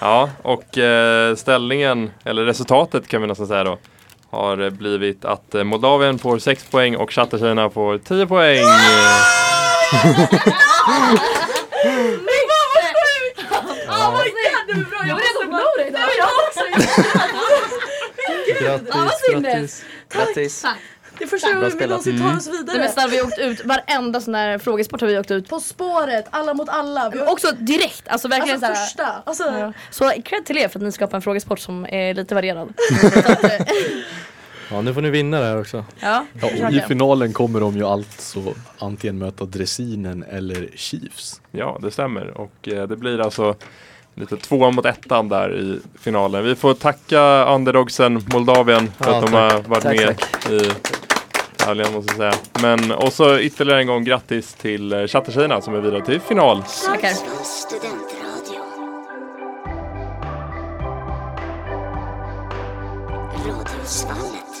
Ja, och eh, ställningen, eller resultatet kan vi nästan säga då, har eh, blivit att eh, Moldavien får 6 poäng och Chatterkina får 10 poäng. Oh my god, det var bra! Jag var redo att förlora idag! Jag också! Grattis, grattis. Grattis. Det är första Bra gången vi spelat. någonsin tar Mm. oss Nej, vidare. men snälla, vi har åkt ut, varenda sån där frågesport har vi åkt ut. På spåret, alla mot alla. Vi har- Också direkt, alltså verkligen alltså såhär. första. Alltså, Ja. Så cred till er för att ni skapar en frågesport som är lite varierad. Ja nu får ni vinna det här också. Ja, Ja, och I finalen kommer de ju alltså antingen möta Dressinen eller Chiefs. Ja, det stämmer. Och eh, det blir alltså lite tvåan mot ettan där i finalen. Vi får tacka underdogsen Moldavien för Ja, att de tack. har varit Tack, med i tävlingen måste jag säga. Men också ytterligare en gång grattis till eh, Chatterkina som är vidare till final. Tackar. Radhusvallen.